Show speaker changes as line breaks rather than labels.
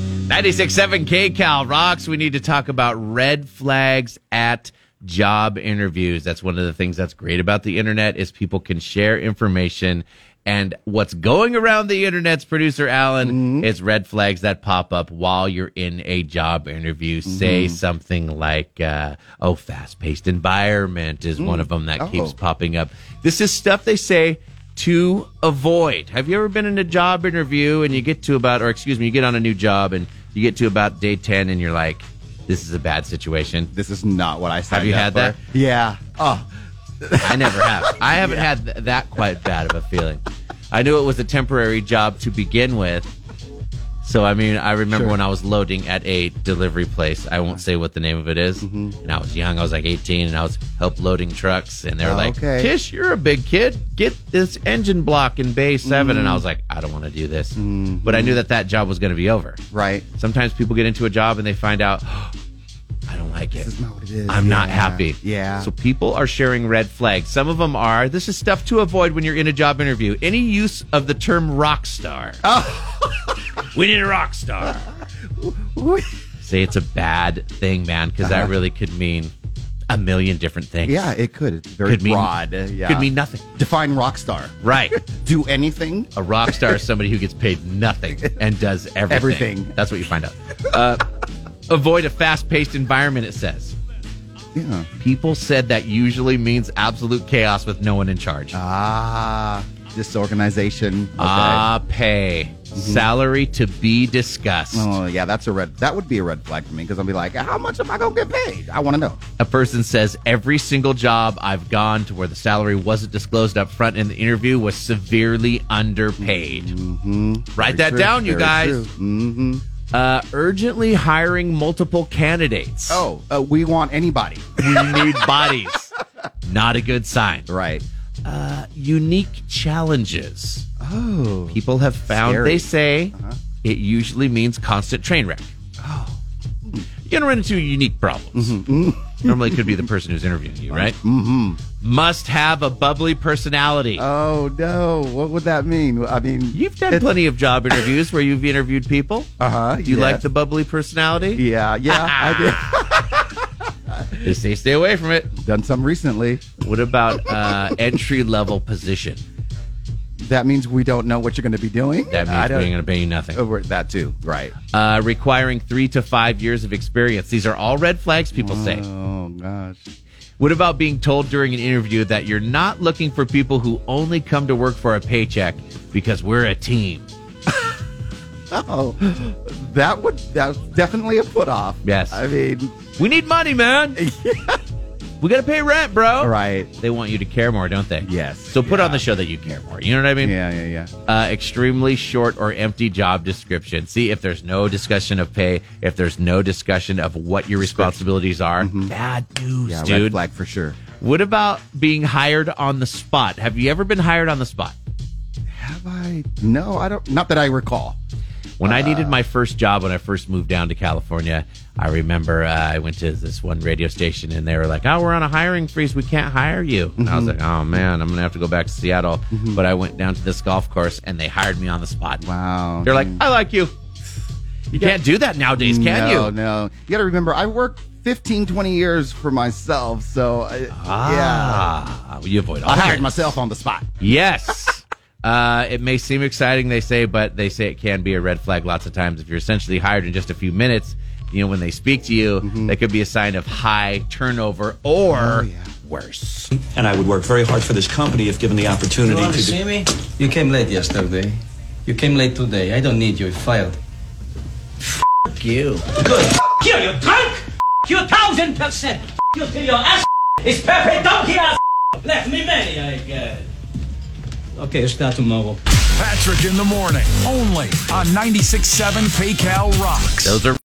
96.7 KCal rocks. We need to talk about red flags at job interviews. That's one of the things that's great about the internet is people can share information. And what's going around the internet's producer Alan is red flags that pop up while you're in a job interview. Say something like, uh, "Oh, fast-paced environment" is one of them that keeps popping up. This is stuff they say to avoid. Have you ever been in a job interview and you get to about, or excuse me, you get on a new job and you get to about day 10 and you're like, this is a bad situation?
This is not what I signed
you
up
had
for.
that?
Yeah. Oh,
I never have. I haven't had th- that quite bad of a feeling. I knew it was a temporary job to begin with. So, I mean, I remember when I was loading at a delivery place. I won't say what the name of it is.
Mm-hmm.
And I was young. I was like 18 and I was help loading trucks. And they're
Oh,
like,
okay.
Kish, you're a big kid. Get this engine block in bay seven. And I
Mm-hmm.
was like, I don't want to do this. But I knew that that job was going to be over.
right.
Sometimes people get into a job and they find out, I don't like it.
This is not what it is.
I'm not
Yeah.
happy.
Yeah.
So people are sharing red flags. Some of them are this is stuff to avoid when you're in a job interview. Any use of the term rock star.
Oh.
we need a rock star. Say it's a bad thing, man, because that
Uh-huh.
really could mean a million different things.
yeah, it could. It's very
Could mean
broad. Uh, Yeah.
Could mean nothing.
define rock star.
Right.
Do anything.
A rock star is somebody who gets paid nothing and does everything.
Everything.
That's what you find out. Uh, avoid a fast paced environment, it says.
Yeah.
People said that usually means absolute chaos with no one in charge.
Ah, disorganization. Okay. Mm-hmm.
Ah, pay. Salary to be discussed.
Oh yeah, that's a red. That would be a red flag for me because I'll be like, how much am I gonna get paid? I want to know.
A person says every single job I've gone to where the salary wasn't disclosed up front in the interview was severely underpaid. Write that
True,
down, you
Mm-hmm. very
guys.
true. Mm-hmm.
Uh, urgently hiring multiple candidates.
Oh, uh, we want anybody.
we need bodies. Not a good sign.
Right.
unique challenges.
Oh.
People have found,
Scary.
they say, it usually means constant train wreck.
Oh.
You're going to run into unique problems.
Mm-hmm.
Mm-hmm. Normally, it could be the person who's interviewing you, right? Mm-hmm. Must have a bubbly personality.
Oh no! What would that mean? I mean,
you've done plenty of job interviews where you've interviewed people.
Uh-huh,
Do you
yeah.
like the bubbly personality?
Yeah, yeah, I did.
They say stay away from it.
Done some recently.
What about uh, entry level position?
That means we don't know what you're going to be doing.
That
I
means we're
don't- Oh.
going to pay you nothing.
over that too. Right.
uh, requiring three to five years of experience. These are all red flags, people say.
Oh gosh.
What about being told during an interview that you're not looking for people who only come to work for a paycheck because we're a team?
Oh, that would that's definitely a put off.
Yes.
I mean,
We need money, man. We got to pay rent, bro.
right.
They want you to care more, don't they?
Yes.
So put
Yeah.
on the show that you care more. You know what I mean?
Yeah, yeah, yeah.
uh, extremely short or empty job description. See, if there's no discussion of pay, if there's no discussion of what your responsibilities are, bad news,
Mm-hmm. Yeah,
dude.
red flag for sure.
What about being hired on the spot? Have you ever been hired on the spot?
Have I? No, I don't. Not that I recall.
When I
Ah.
needed my first job, when I first moved down to California, I remember uh, I went to this one radio station and they were like, "Oh, we're on a hiring freeze. We can't hire you." And I was
Mm-hmm.
like, "Oh man, I'm gonna have to go back to Seattle." But I went down to this golf course and they hired me on the spot.
Wow. Mm.
They're like, "I like you." You can't do that nowadays, can
no,
you?
No, you got to remember, I worked 15, 20 years for myself, so I,
Ah, you avoid all
yeah, I hired
that.
myself on the spot.
Yes. Uh, it may seem exciting, they say, but they say it can be a red flag lots of times. If you're essentially hired in just a few minutes, you know, when they speak to you, that could be a sign of high turnover or worse.
and I would work very hard for this company if given the opportunity
You want to
to. do-
see me? You came late yesterday. You came late today. I don't need you. You fired.
Fuck you.
you, you drunk! F- you a thousand percent! F- you till your ass is perfect donkey ass! Left me many, I guess.
Okay, you start tomorrow.
Patrick in the morning, only on 96.7 PayCal Rocks.
Those are